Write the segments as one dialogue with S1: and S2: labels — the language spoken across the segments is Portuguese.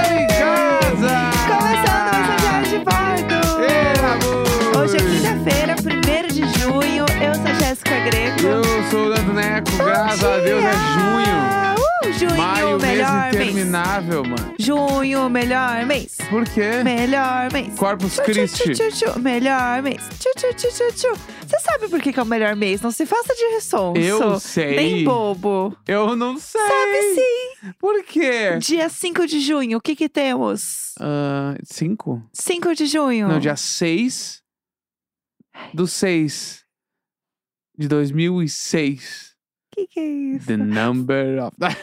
S1: é
S2: Graças a Deus é junho.
S1: Uh, junho,
S2: Maio,
S1: melhor
S2: mês
S1: mês.
S2: interminável, mano.
S1: Junho, melhor mês.
S2: Por quê?
S1: Melhor mês.
S2: Corpus
S1: Tchu, tchu,
S2: Christi.
S1: tchu, tchu, tchu. Melhor mês. Tchu, tchu, tchu, tchu, tchu. Você sabe por que, que é o melhor mês? Não se faça de ressonso.
S2: Eu sei. É.
S1: Nem bobo.
S2: Eu não sei.
S1: Sabe sim.
S2: Por quê?
S1: Dia 5 de junho, o que que temos?
S2: Ah, cinco?
S1: 5 de junho.
S2: Não, dia 6 do 6 de 2006.
S1: que que é isso?
S2: The number of...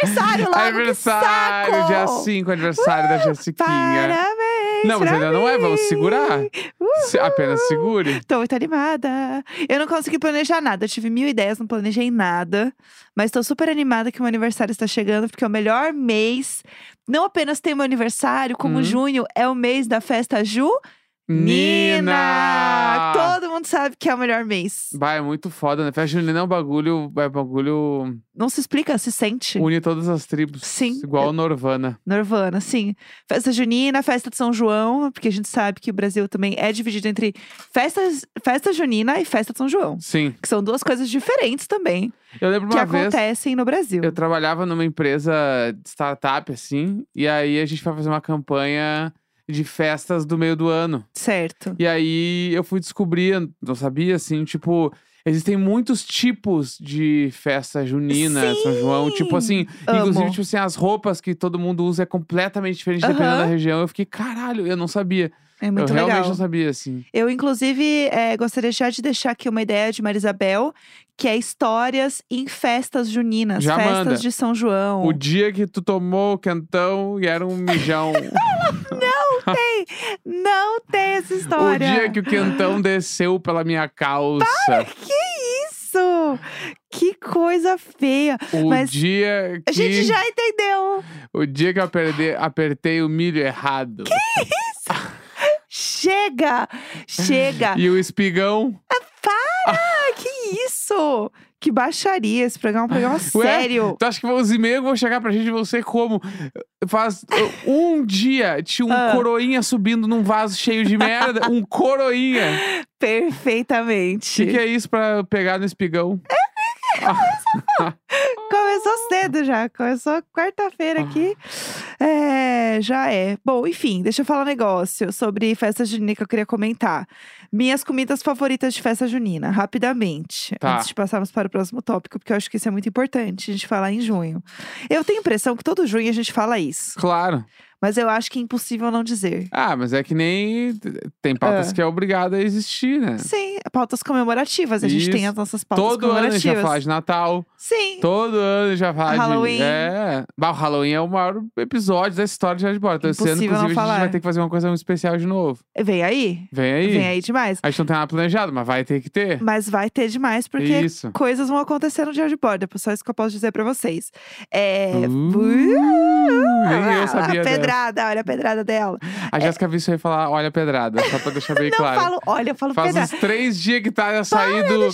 S1: Aniversário logo,
S2: aniversário,
S1: que
S2: dia
S1: saco! Ah,
S2: 5, aniversário da Jessiquinha.
S1: Parabéns
S2: Não, mas
S1: pra
S2: ainda não é,
S1: mim.
S2: vamos segurar. Se- Apenas
S1: Uhul.
S2: segure.
S1: Tô muito animada. Eu não consegui planejar nada. Eu tive mil ideias, não planejei nada. Mas tô super animada que o meu aniversário está chegando, porque é o melhor mês. Não apenas tem meu aniversário, como
S2: Hum.
S1: junho é o mês da festa junina.
S2: Nina!
S1: Todo mundo sabe que é o melhor mês.
S2: Bah, é muito foda, né? Festa junina é um bagulho, é um bagulho
S1: Não se explica, se sente.
S2: une todas as tribos.
S1: Sim.
S2: Igual o Norvana.
S1: Norvana, sim. assim. Festa junina, festa de São João, porque a gente sabe que o Brasil também é dividido entre festas, festa junina e festa de São João.
S2: Sim.
S1: Que são duas coisas diferentes também
S2: Eu lembro
S1: que
S2: uma vez,
S1: acontecem no Brasil.
S2: eu trabalhava numa empresa de startup, assim, e aí a gente foi fazer uma campanha de festas do meio do ano.
S1: Certo.
S2: E aí eu fui descobrir, não sabia, assim, tipo, existem muitos tipos de festa junina, São João. Tipo assim,
S1: Amo.
S2: inclusive, tipo assim, as roupas que todo mundo usa é completamente diferente dependendo
S1: Aham.
S2: da região. Eu fiquei, caralho, eu não sabia.
S1: É muito
S2: eu
S1: legal.
S2: realmente não sabia, assim.
S1: Eu, inclusive, eh, gostaria já de deixar aqui uma ideia de Marisabel, que é histórias em festas juninas,
S2: Já
S1: festas
S2: manda.
S1: de São João.
S2: O dia que tu tomou o quentão e era um mijão.
S1: Não tem essa
S2: o
S1: história.
S2: dia que o quentão desceu pela minha calça.
S1: Isso! Que coisa feia!
S2: o
S1: mas-
S2: dia que
S1: A gente já entendeu!
S2: o dia que eu aperde- apertei o milho errado.
S1: Chega! Chega!
S2: E o espigão
S1: Ah, que isso! Que baixaria! Esse programa é um programa
S2: Ué,
S1: sério!
S2: Tu acha que os e-mails vão chegar pra gente e você como? Faz uh, um dia tinha um
S1: Ah.
S2: coroinha subindo num vaso cheio de merda. Um coroinha. O
S1: Perfeitamente!
S2: que, que é isso pra pegar no espigão?
S1: Começou cedo já, começou quarta-feira aqui.
S2: Ah.
S1: É, já é. Bom, enfim, deixa eu falar um negócio sobre festa junina que eu queria comentar. Minhas comidas favoritas de festa junina, rapidamente.
S2: Tá.
S1: Antes de passarmos para o próximo tópico, porque eu acho que isso é muito importante a gente falar em junho. Eu tenho a impressão que todo junho a gente fala isso,
S2: Claro.
S1: mas eu acho que é impossível não dizer.
S2: Ah, mas é que nem. Tem pautas
S1: Ah.
S2: que é obrigada a existir, né?
S1: Sim, pautas comemorativas. A gente tem
S2: Isso.
S1: as nossas pautas
S2: Todo ano a
S1: comemorativas.
S2: gente já fala de Natal.
S1: Sim.
S2: Todo ano já fala
S1: Halloween.
S2: de. É. Bah, o Halloween é o maior episódio da história de Jardim de Bora. Então, esse ano,
S1: Impossível não
S2: inclusive, a gente
S1: falar.
S2: vai ter que fazer uma coisa muito especial de novo.
S1: Vem aí.
S2: Vem aí.
S1: Vem aí demais.
S2: A gente não tem nada planejado, mas vai ter que ter.
S1: Mas vai ter demais, porque
S2: Isso.
S1: coisas vão acontecer no dia de borda. Só isso que eu posso dizer pra vocês. É.
S2: Uh, nem Hum, eu sabia
S1: a
S2: dessa.
S1: pedrada, olha a pedrada dela.
S2: A Jéssica viu isso aí e falar, olha a pedrada, só pra deixar bem
S1: Não
S2: É claro.
S1: falo, olha, eu falo
S2: Faz
S1: pedrada.
S2: uns três dias que tá saindo.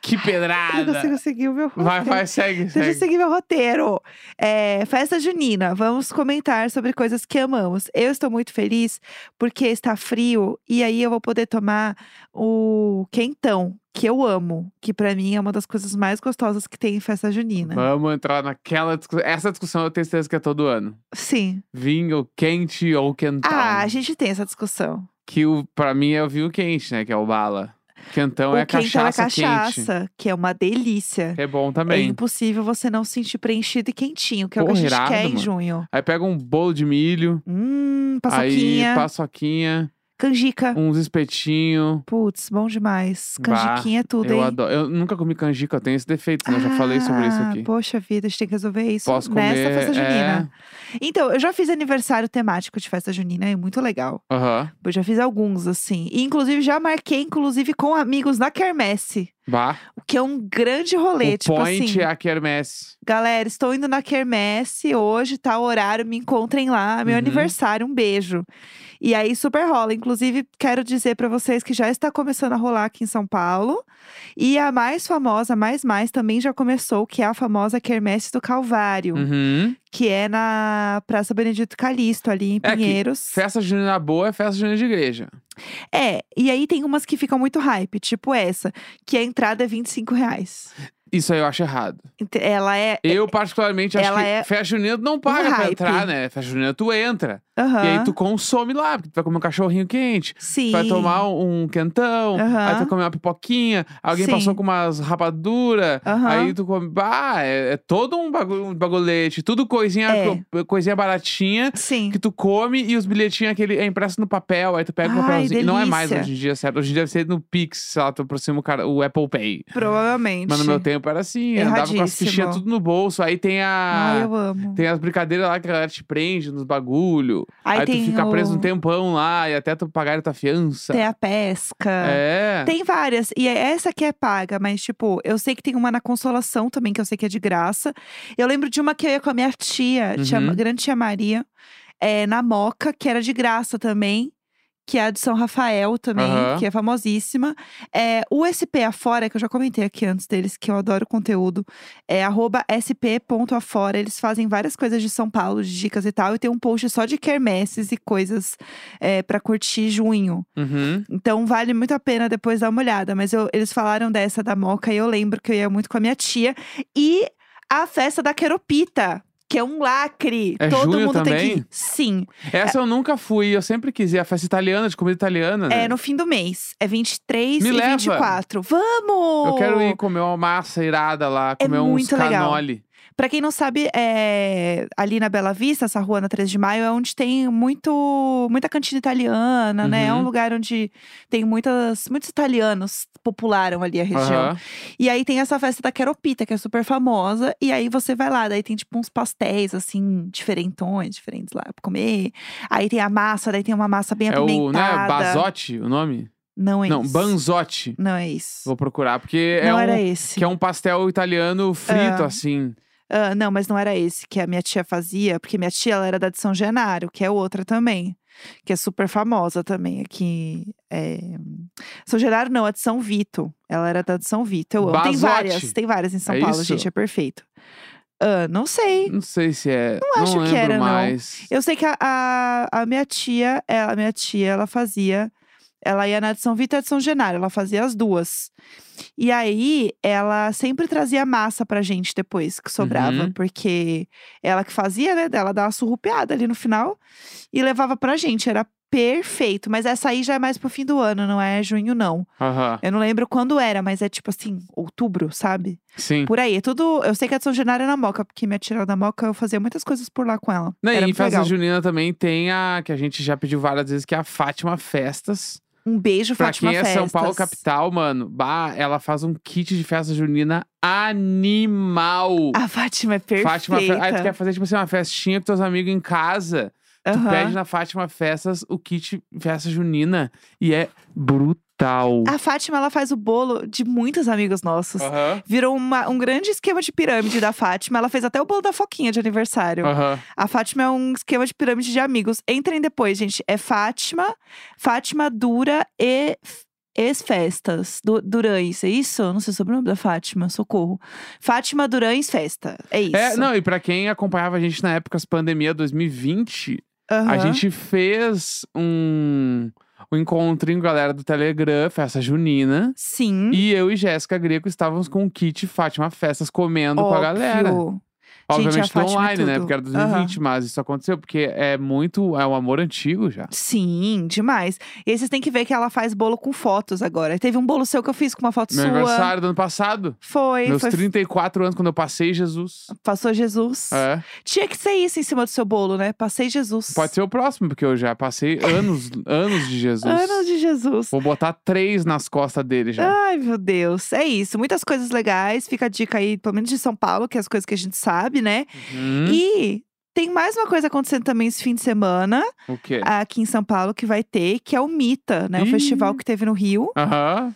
S2: Que pedrada!
S1: Eu não consigo seguir o meu roteiro.
S2: vai, vai, segue,
S1: Deixa eu
S2: segue.
S1: seguir meu roteiro. É, festa junina, vamos comentar sobre coisas que amamos. Eu estou muito feliz porque está frio e aí eu vou poder tomar o quentão, que eu amo, que pra mim é uma das coisas mais gostosas que tem em festa junina.
S2: Vamos entrar naquela discussão. Essa discussão eu tenho certeza que é todo ano.
S1: Sim.
S2: Vinho quente ou quentão.
S1: Ah, a gente tem essa discussão.
S2: Que o, pra mim é o vinho quente, né? Que é o bala. Quentão
S1: o
S2: é
S1: quentão
S2: cachaça,
S1: é cachaça, que é uma delícia.
S2: quente. É bom
S1: É
S2: também.
S1: impossível você não se sentir preenchido e quentinho, que é o
S2: Porra,
S1: que a gente
S2: irado,
S1: quer em
S2: mano.
S1: junho.
S2: Aí pega um bolo de milho.
S1: Hum, paçoquinha,
S2: Aí paçoquinha,
S1: canjica.
S2: uns espetinhos.
S1: Putz, bom demais.
S2: Bah,
S1: Canjiquinha é tudo,
S2: Eu
S1: hein?
S2: adoro. Eu nunca comi canjica, eu tenho esse defeito, né? Eu já falei sobre isso
S1: Ah,
S2: aqui.
S1: Poxa vida, a gente tem que resolver isso
S2: Posso comer.
S1: nessa festa junina.
S2: é.
S1: Então, eu já fiz aniversário temático de festa junina, é muito legal.
S2: Aham.
S1: Eu já fiz alguns, assim. E, inclusive, já marquei, inclusive, com amigos na quermesse.
S2: Bah.
S1: O que é um grande rolê,
S2: O
S1: tipo
S2: point
S1: assim.
S2: é a quermesse.
S1: Galera, estou indo na quermesse hoje, tá o horário, me encontrem lá, meu
S2: Uhum.
S1: aniversário, um beijo. E aí super rola. Inclusive, quero dizer pra vocês que já está começando a rolar aqui em São Paulo. E a mais famosa, a mais mais, também já começou, que é a famosa quermesse do Calvário,
S2: Uhum.
S1: que é na Praça Benedito Calixto, ali em
S2: É que
S1: Pinheiros.
S2: Festa junina boa é festa junina de igreja.
S1: É, e aí tem umas que ficam muito hype, tipo essa, que a entrada é 25 reais.
S2: Isso aí eu acho errado.
S1: Ente- Ela é.
S2: Eu, particularmente, acho
S1: ela
S2: que
S1: é
S2: festa junina tu não paga pra
S1: hype.
S2: entrar, né? Festa junina tu entra.
S1: Aham.
S2: E aí tu consome lá, porque tu vai comer um cachorrinho quente.
S1: Sim.
S2: Tu vai tomar um um quentão,
S1: Aham.
S2: aí tu vai comer uma pipoquinha, alguém
S1: Sim.
S2: passou com umas rapadura,
S1: Aham.
S2: aí tu come. Ah, é, é todo um, bagu- um bagulete, tudo coisinha,
S1: É.
S2: co- coisinha baratinha
S1: Sim.
S2: que tu come e os bilhetinhos aquele é impresso no papel, aí tu pega o
S1: Ai,
S2: papelzinho. E Não é mais
S1: delícia.
S2: hoje em dia, certo? Hoje em dia deve ser no Pix, sei lá, tu aproxima o, cara, o Apple Pay.
S1: Provavelmente.
S2: Mas no meu tempo era assim, andava com as
S1: Erradíssimo.
S2: fichinhas tudo no bolso, aí tem a.
S1: Ai, eu amo.
S2: Tem as brincadeiras lá que a galera te prende nos bagulho.
S1: Aí,
S2: tu
S1: tem
S2: fica
S1: o-
S2: preso um tempão lá e até tu pagar a tua fiança.
S1: Tem a pesca.
S2: É.
S1: Tem várias. E é essa que é paga, mas, tipo, eu sei que tem uma na Consolação também, que eu sei que é de graça. Eu lembro de uma que eu ia com a minha tia, tia-
S2: Uhum.
S1: grande tia Maria, é, na Moca, que era de graça também. Que é a de São Rafael também,
S2: Aham.
S1: que é famosíssima. É, o SP Afora, que eu já comentei aqui antes deles, que eu adoro o conteúdo, é arroba sp.afora. Eles fazem várias coisas de São Paulo, de dicas e tal. E tem um post só de quermesses e coisas é, para curtir junho.
S2: Uhum.
S1: Então vale muito a pena depois dar uma olhada. Mas eu- eles falaram dessa da Moca e eu lembro que eu ia muito com a minha tia. E a festa da Queropita, que é um lacre.
S2: É
S1: Todo
S2: junho
S1: mundo tem que
S2: também?
S1: ir. Sim.
S2: Essa eu nunca fui, eu sempre quis ir. A festa italiana, de comida italiana. né?
S1: É no fim do mês. É 23
S2: Me
S1: e
S2: leva.
S1: 24. Vamos!
S2: Eu quero ir comer uma massa irada lá, comer uns
S1: É muito legal.
S2: canoli.
S1: Pra quem não sabe, é, ali na Bela Vista, essa rua na 13 de maio, é onde tem muito, muita cantina italiana, né? É
S2: Uhum.
S1: um lugar onde tem muitas, muitos italianos popularam ali a região.
S2: Aham.
S1: E aí tem essa festa da Queropita, que é super famosa. E aí você vai lá, daí tem tipo uns pastéis, assim, diferentões, diferentes lá pra comer. Aí tem a massa, daí tem uma massa bem
S2: É o, né,
S1: apimentada.
S2: Bazotti, o nome?
S1: Não é
S2: Não,
S1: isso.
S2: Banzotti.
S1: Não é isso.
S2: Vou procurar, porque é
S1: não
S2: um,
S1: era esse.
S2: que é um pastel italiano frito, assim.
S1: Ah, não, mas não era esse que a minha tia fazia. Porque minha tia, ela era da de São Genaro, que é outra também. Que é super famosa também aqui. é, São Genaro não, a de São Vito. Ela era da de São Vito. Eu amo. Tem
S2: Basotti.
S1: várias, tem várias em São
S2: É
S1: Paulo,
S2: isso?
S1: gente, é perfeito. Ah, não sei.
S2: Não sei se é. Não,
S1: acho que
S2: lembro
S1: era, não.
S2: mais.
S1: Eu sei que a, a, a minha tia, é, a minha tia, ela fazia. Ela ia na de São Vito e a de São Genaro, ela fazia as duas. E aí, ela sempre trazia massa pra gente depois que sobrava,
S2: Uhum.
S1: porque ela que fazia, né? Ela dava uma surrupiada ali no final e levava pra gente. Era perfeito. Mas essa aí já é mais pro fim do ano, não é junho, não.
S2: Aham.
S1: Eu não lembro quando era, mas é tipo assim, outubro, sabe?
S2: Sim.
S1: Por aí. É tudo. Eu sei que a de São Genaro é na moca, porque minha tia era da moca, eu fazia muitas coisas por lá com ela.
S2: Não,
S1: era
S2: e em
S1: muito
S2: festa
S1: legal.
S2: junina também tem a que a gente já pediu várias vezes, que é a Fátima Festas.
S1: Um beijo,
S2: Pra
S1: Fátima
S2: quem é São Paulo
S1: Festas.
S2: capital, mano, bah, ela faz um kit de festa junina animal.
S1: A Fátima é perfeita.
S2: Fátima, Fe- aí tu quer fazer tipo assim uma festinha com teus amigos em casa. Tu
S1: Aham.
S2: pede na Fátima Festas o kit festa junina e é brutal.
S1: A Fátima, ela faz o bolo de muitos amigos nossos.
S2: Aham.
S1: Virou uma- um grande esquema de pirâmide da Fátima. Ela fez até o bolo da Foquinha de aniversário.
S2: Aham.
S1: A Fátima é um esquema de pirâmide de amigos. Entrem depois, gente. É Fátima, Fátima Dura e F- Ex-Festas. Du Durães, é isso? Eu Não sei o sobrenome da Fátima, socorro. Fátima Durães Festa. É isso.
S2: É, não, e pra quem acompanhava a gente na época das pandemia 2020,
S1: Aham.
S2: A gente fez um, um encontrinho, galera do Telegram, festa junina.
S1: Sim.
S2: E eu e Jéssica Greco estávamos com o kit Fátima Festas comendo com a galera.
S1: óbvio.
S2: Obviamente
S1: Gente, a Fátima é
S2: online, né?
S1: tudo.
S2: Porque era 2020, mas isso aconteceu porque é muito. É um amor antigo já.
S1: Sim, demais. E aí vocês têm que ver que ela faz bolo com fotos agora. Teve um bolo seu que eu fiz com uma foto
S2: Meu
S1: sua.
S2: aniversário do ano passado.
S1: Foi,
S2: meus
S1: foi.
S2: 34 anos, quando eu passei Jesus.
S1: Passou Jesus.
S2: É.
S1: Tinha que ser isso em cima do seu bolo, né? Passei Jesus.
S2: Pode ser o próximo, porque eu já passei anos, anos de Jesus.
S1: Anos de Ah, Jesus.
S2: Vou botar três nas costas dele já.
S1: Ai, meu Deus. É isso. Muitas coisas legais. Fica a dica aí, pelo menos de São Paulo, que é as coisas que a gente sabe, né?
S2: Uhum.
S1: E tem mais uma coisa acontecendo também esse fim de semana,
S2: O quê?
S1: aqui em São Paulo, que vai ter, que é o Mita, né? O
S2: Ih.
S1: festival que teve no Rio.
S2: Aham.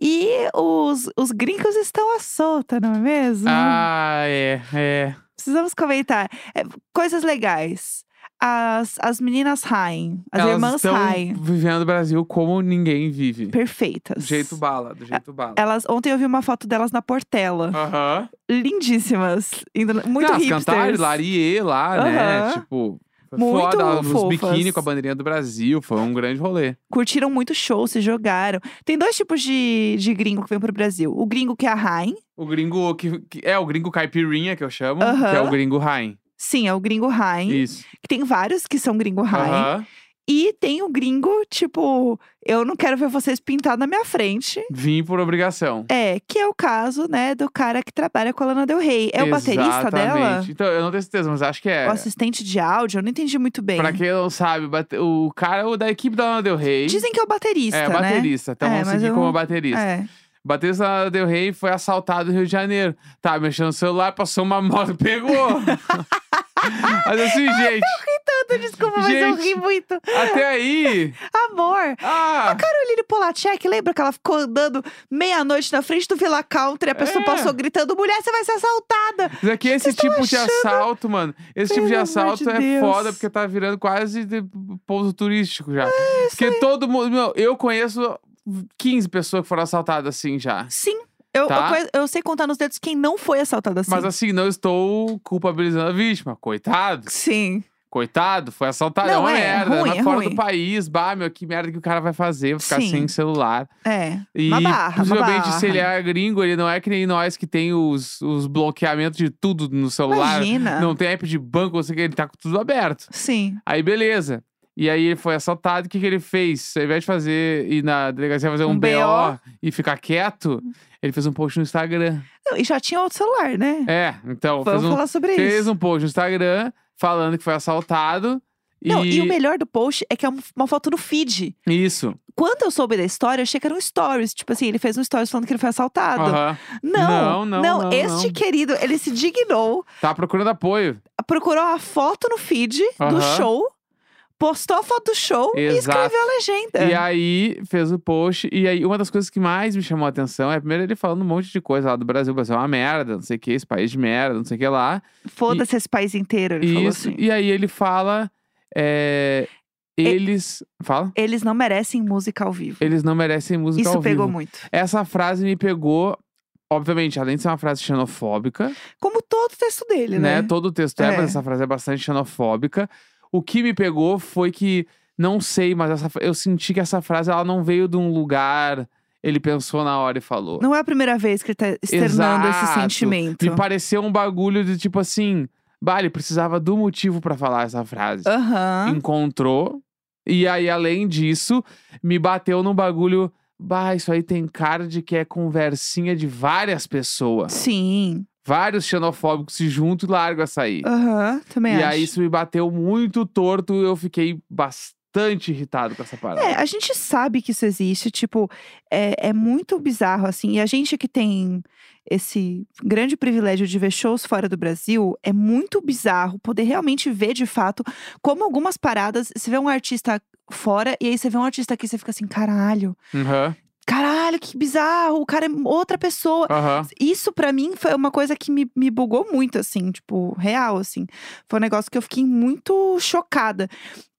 S1: E os, os gringos estão à solta, não é mesmo?
S2: Ah, é, é.
S1: Precisamos comentar. É, coisas legais. As, as meninas Rain, as
S2: Elas
S1: irmãs
S2: estão
S1: Rain,
S2: vivendo o Brasil como ninguém vive. Do
S1: perfeitas.
S2: jeito bala, do jeito bala.
S1: Elas, ontem eu vi uma foto delas na Portela.
S2: Aham.
S1: Lindíssimas. Indo, muito
S2: Não, Elas
S1: hipsters.
S2: cantaram Larie lá, né?
S1: Aham.
S2: Tipo, Foi
S1: Muito
S2: foda, nos
S1: fofas.
S2: biquíni com a bandeirinha do Brasil. Foi um grande rolê.
S1: Curtiram muito o show, se jogaram. Tem dois tipos de, de gringo que vem pro Brasil. O gringo que é a Rain.
S2: O gringo que, que- é o gringo caipirinha que eu chamo,
S1: Aham.
S2: que é o gringo Rain.
S1: Sim, é o gringo Rain.
S2: Isso.
S1: Que tem vários que são gringo Rain.
S2: Aham.
S1: E tem o gringo, tipo, eu não quero ver vocês pintar na minha frente.
S2: Vim por obrigação.
S1: É, que é o caso, né, do cara que trabalha com a Lana Del Rey. É o baterista dela?
S2: Exatamente. Então, eu não tenho certeza, mas acho que é.
S1: O assistente de áudio? Eu não entendi muito bem.
S2: Pra quem não sabe, bate- o cara é o da equipe da Lana Del Rey.
S1: Dizem que é o baterista,
S2: é,
S1: né?
S2: baterista. Então
S1: É,
S2: vamos
S1: mas
S2: seguir
S1: eu
S2: como
S1: não-
S2: baterista.
S1: É.
S2: Baterista da Lana Del Rey foi assaltado no Rio de Janeiro. Tá, mexendo no celular, passou uma moto, pegou. mas assim, gente,
S1: Tanto, desculpa, mas eu
S2: Gente.
S1: ri muito.
S2: até aí.
S1: Amor,
S2: Ah!
S1: Caroline Polacek, lembra que ela ficou andando meia-noite na frente do Villa Country? A pessoa
S2: É.
S1: passou gritando, mulher, você vai ser assaltada.
S2: Mas é que esse
S1: vocês tão
S2: tipo de
S1: achando?
S2: assalto, mano, esse tipo de
S1: Pelo amor
S2: assalto
S1: de
S2: é
S1: Deus.
S2: foda, porque tá virando quase de pouso turístico
S1: É,
S2: já. porque todo mundo. Meu, eu conheço 15 pessoas que foram assaltadas assim já.
S1: Sim, eu,
S2: Tá.
S1: eu conhe- eu sei contar nos dedos quem não foi assaltado assim.
S2: Mas assim, não estou culpabilizando a vítima. Coitado,
S1: Sim.
S2: coitado, foi assaltado. é
S1: Não,
S2: uma
S1: é,
S2: merda,
S1: ruim,
S2: mas
S1: é
S2: fora
S1: ruim.
S2: do país. Bah, meu, que merda que o cara vai fazer, vai ficar
S1: Sim.
S2: sem celular.
S1: É.
S2: E
S1: Uma barra, uma
S2: possivelmente,
S1: barra.
S2: se ele é gringo, ele não é que nem nós que tem os, os bloqueamentos de tudo no celular.
S1: Imagina.
S2: Não tem app de banco, não sei o que, ele tá com tudo aberto.
S1: Sim.
S2: Aí, beleza. E aí ele foi assaltado. O que, que ele fez? Ao invés de fazer ir na delegacia fazer um,
S1: Um BO.
S2: e ficar quieto, ele fez um post no Instagram.
S1: Não, e já tinha outro celular, né?
S2: É, então,
S1: Vamos
S2: fez um,
S1: falar sobre
S2: fez
S1: isso.
S2: um post no Instagram falando que foi assaltado.
S1: Não,
S2: e,
S1: e o melhor do post é que é um- uma foto no feed.
S2: Isso.
S1: Quando eu soube da história, eu achei que era um stories. Tipo assim, ele fez um stories falando que ele foi assaltado.
S2: Aham. Não,
S1: Não,
S2: Ah, não, não,
S1: este
S2: não.
S1: querido, ele se dignou,
S2: Tá procurando apoio.
S1: procurou a foto no feed do
S2: Aham.
S1: show, postou a foto do show e
S2: Exato.
S1: escreveu a legenda.
S2: E aí fez o post. E aí, uma das coisas que mais me chamou a atenção é primeiro ele falando um monte de coisa lá do Brasil. O Brasil é uma merda, não sei o que, esse país de merda, não sei o que lá.
S1: Foda-se esse país inteiro, ele falou
S2: Isso,
S1: assim.
S2: e aí ele fala. é, eles. Fala?
S1: Eles não merecem música ao vivo.
S2: Eles não merecem música
S1: Isso
S2: ao
S1: pegou
S2: vivo.
S1: muito.
S2: Essa frase me pegou. Obviamente, além de ser uma frase xenofóbica,
S1: Como todo o texto dele, né?
S2: Todo o texto é,
S1: É.
S2: mas essa frase é bastante xenofóbica. O que me pegou foi que, não sei, mas essa fra- eu senti que essa frase ela não veio de um lugar. Ele pensou na hora e falou.
S1: Não então. é a primeira vez que ele tá externando esse
S2: Exato.
S1: sentimento.
S2: Me pareceu um bagulho de tipo assim. Bah, ele precisava do motivo pra falar essa frase.
S1: Aham.
S2: Então, encontrou. E aí, além disso, me bateu num bagulho. Bah, isso aí tem cara de que é conversinha de várias pessoas.
S1: Sim.
S2: Vários xenofóbicos se juntam e largam essa aí.
S1: Aham, também
S2: e
S1: acho.
S2: aí, isso me bateu muito torto. Eu fiquei bastante irritado com essa parada.
S1: É, a gente sabe que isso existe, tipo, é, é muito bizarro, assim. E a gente que tem esse grande privilégio de ver shows fora do Brasil, é muito bizarro poder realmente ver, de fato, como algumas paradas, você vê um artista fora, e aí você vê um artista aqui, você fica assim, caralho,
S2: Aham,
S1: caralho, que bizarro, o cara é outra pessoa.
S2: aham.
S1: Isso pra mim foi uma coisa que me, me bugou muito, assim, tipo, real, assim. Foi um negócio que eu fiquei muito chocada.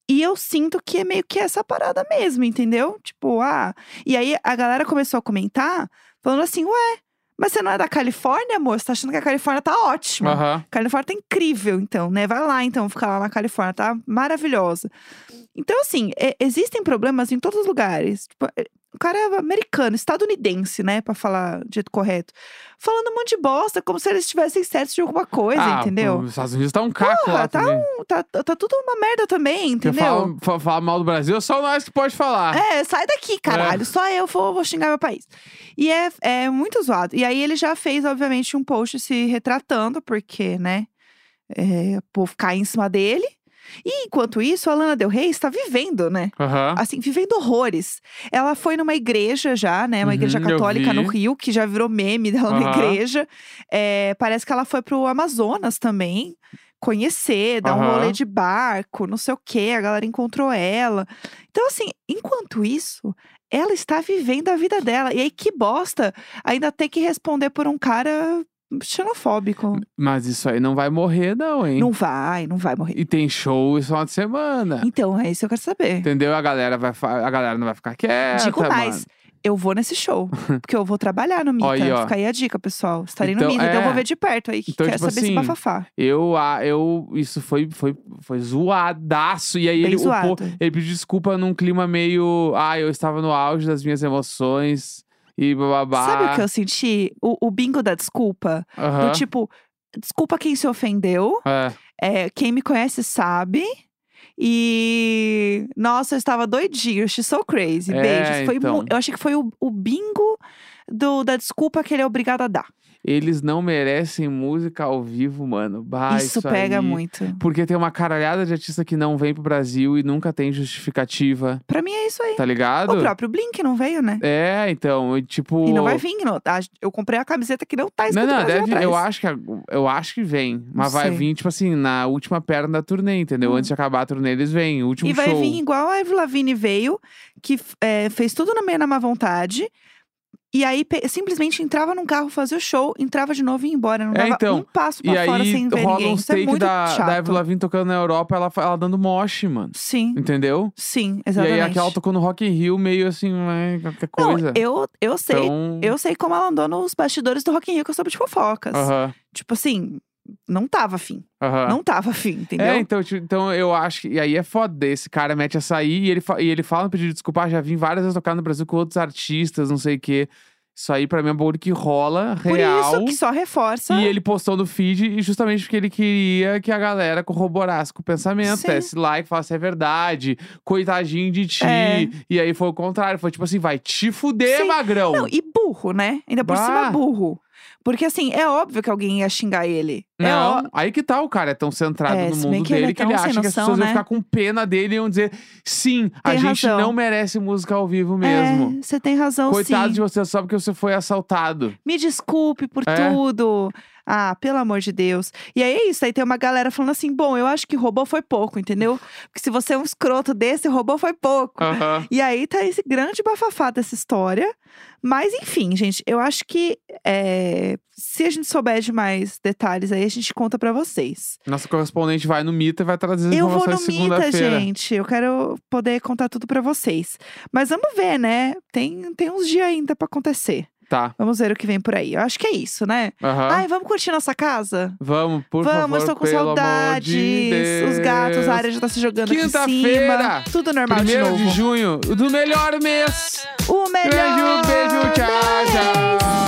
S1: E eu sinto que é meio que essa parada mesmo, entendeu? Tipo, ah. E aí a galera começou a comentar, falando assim: ué, mas você não é da Califórnia, amor? Você tá achando que a Califórnia tá ótima.
S2: Aham.
S1: Califórnia tá incrível, então, né? Vai lá, então, ficar lá na Califórnia, tá maravilhosa. Então, assim, é- existem problemas em todos os lugares. Tipo, é, o cara é americano, estadunidense, né? Pra falar do jeito correto. Falando um monte de bosta, como se eles estivessem certos de alguma coisa,
S2: Ah,
S1: é, entendeu?
S2: Os Estados Unidos tá um caco
S1: Porra,
S2: lá
S1: tá
S2: também.
S1: Tá, tá tudo uma merda também,
S2: Porque
S1: entendeu?
S2: fala- fa- falar mal do Brasil é só nós que pode falar.
S1: É, sai daqui, caralho. Só eu vou, vou xingar meu país. E é, é muito zoado. E aí ele já fez, obviamente, um post se retratando, porque, né? É, o povo cai em cima dele. E enquanto isso, a Lana Del Rey está vivendo, né?
S2: Aham.
S1: Assim, vivendo horrores. Ela foi numa igreja já, né? Uma
S2: Uhum,
S1: igreja
S2: eu
S1: católica no
S2: vi.
S1: Rio, que já virou meme dela na
S2: Aham.
S1: igreja. É, parece que ela foi pro Amazonas também conhecer, dar um
S2: Aham.
S1: rolê de barco, não sei o quê. A galera encontrou ela. Então, assim, enquanto isso, ela está vivendo a vida dela. E aí, que bosta ainda ter que responder por um cara xenofóbico.
S2: Mas isso aí não vai morrer, não, hein?
S1: Não é. vai, não vai morrer.
S2: E tem show esse final de semana.
S1: Então, é isso que eu quero saber.
S2: Entendeu? A galera, vai fa- a galera não vai ficar quieta.
S1: Digo mais.
S2: É, tá, mano.
S1: eu vou nesse show. porque eu vou trabalhar no Mita.
S2: Ó, aí, ó.
S1: Fica aí a dica, pessoal. Estarei
S2: Então,
S1: no Mita, então eu
S2: é.
S1: vou ver de perto aí.
S2: Então,
S1: Quer
S2: tipo
S1: saber
S2: assim,
S1: esse bafafá. tá
S2: Eu, ah, eu, isso foi, foi, foi zoadaço. E aí
S1: Bem
S2: ele, o
S1: zoado.
S2: po- ele pediu desculpa num clima meio. Ah, eu estava no auge das minhas emoções e bababá.
S1: Sabe o que eu senti? O, o bingo da desculpa.
S2: Aham.
S1: Do tipo, desculpa quem se ofendeu.
S2: É.
S1: É, quem me conhece sabe. E nossa, eu estava doidinho, she's so crazy.
S2: É,
S1: Beijos. Foi
S2: então.
S1: mu- Eu achei que foi o, o bingo do- da desculpa que ele é obrigado a dar.
S2: Eles não merecem música ao vivo, mano. Bah, Ah,
S1: isso,
S2: isso,
S1: pega
S2: aí.
S1: muito.
S2: Porque tem uma caralhada de artista que não vem pro Brasil e nunca tem justificativa,
S1: Pra mim é isso aí.
S2: tá ligado?
S1: O próprio Blink não veio, né?
S2: É, então, e tipo.
S1: E não vai vir. não. Ah, Eu comprei a camiseta que não tá
S2: Não,
S1: escrito
S2: não,
S1: Brasil
S2: deve,
S1: atrás.
S2: eu acho que a- eu acho que vem, mas vai
S1: sei.
S2: vir tipo assim na última perna da turnê, entendeu?
S1: Hum.
S2: Antes de acabar a turnê eles vêm, o último
S1: E vai
S2: um show.
S1: vir igual a Avril Lavigne veio, que f- é, fez tudo na meia na má vontade. E aí pe- simplesmente entrava num carro, fazia o show, entrava de novo e ia embora. Não
S2: É,
S1: dava
S2: então.
S1: um passo pra
S2: e
S1: fora
S2: aí
S1: sem ver
S2: rola
S1: ninguém.
S2: um
S1: Isso é
S2: take
S1: muito
S2: da,
S1: chato.
S2: da Avril Lavigne tocando na Europa, ela, fa- ela dando mosh, mano.
S1: Sim,
S2: Entendeu?
S1: sim, exatamente.
S2: E aí é aquela tocou no Rock in Rio meio assim, né, qualquer
S1: Não,
S2: coisa.
S1: eu, eu sei.
S2: Então,
S1: Eu sei como ela andou nos bastidores do Rock in Rio, que eu soube de fofocas.
S2: Aham.
S1: Tipo assim, não tava afim.
S2: Aham.
S1: Não tava afim, entendeu?
S2: É, então, tipo, então eu acho que. E aí é foda. Esse cara mete a sair e ele, fa- e ele fala no pedido de desculpa. "Ah, já vim várias vezes tocar no Brasil com outros artistas, não sei o quê. Isso aí pra mim é um bagulho que rola
S1: Por
S2: real.
S1: isso que só reforça.
S2: E ele postou no feed, e justamente porque ele queria que a galera corroborasse com o pensamento,
S1: Sim.
S2: desse like, falasse é verdade, coitadinho de ti.
S1: É.
S2: E aí foi o contrário, foi tipo assim, vai te fuder,
S1: Sim.
S2: magrão.
S1: Não, e burro, né? Ainda por
S2: Bah.
S1: cima, burro. Porque assim, é óbvio que alguém ia xingar ele. É
S2: Não,
S1: ó-
S2: aí que tá, o cara é tão centrado
S1: É,
S2: no
S1: se bem
S2: mundo
S1: que ele é
S2: dele que ele
S1: tão sem
S2: acha que as
S1: noção,
S2: pessoas vão
S1: né?
S2: ficar com pena dele e vão dizer: sim, a
S1: Tem
S2: gente
S1: razão.
S2: não merece música ao vivo mesmo.
S1: É, você tem razão,
S2: Coitado
S1: sim.
S2: de você, só porque você foi assaltado.
S1: Me desculpe por
S2: É.
S1: tudo. Ah, pelo amor de Deus. E aí é isso, aí tem uma galera falando assim: bom, eu acho que roubou foi pouco, entendeu? Porque se você é um escroto desse, roubou foi pouco.
S2: Aham.
S1: E aí tá esse grande bafafá dessa história. Mas enfim, gente, eu acho que é, se a gente souber de mais detalhes aí, a gente conta pra vocês.
S2: Nossa correspondente vai no Mita e vai trazer as
S1: Eu vou no
S2: informações
S1: Mita,
S2: segunda-feira.
S1: gente. Eu quero poder contar tudo pra vocês. Mas vamos ver, né? Tem, tem uns dias ainda pra acontecer.
S2: Tá.
S1: Vamos ver o que vem por aí. Eu acho que é isso, né?
S2: Aham.
S1: Ai, vamos curtir nossa casa?
S2: Vamos, Tá. por
S1: vamos,
S2: favor.
S1: estou com
S2: pelo amor
S1: saudades.
S2: de
S1: Os gatos,
S2: Deus.
S1: a área já tá se jogando aqui em
S2: Quinta-feira,
S1: cima. Tudo normal
S2: Primeiro
S1: de novo.
S2: junho, do melhor mês.
S1: O melhor
S2: Beijo, beijo, tchau,
S1: mês.
S2: tchau.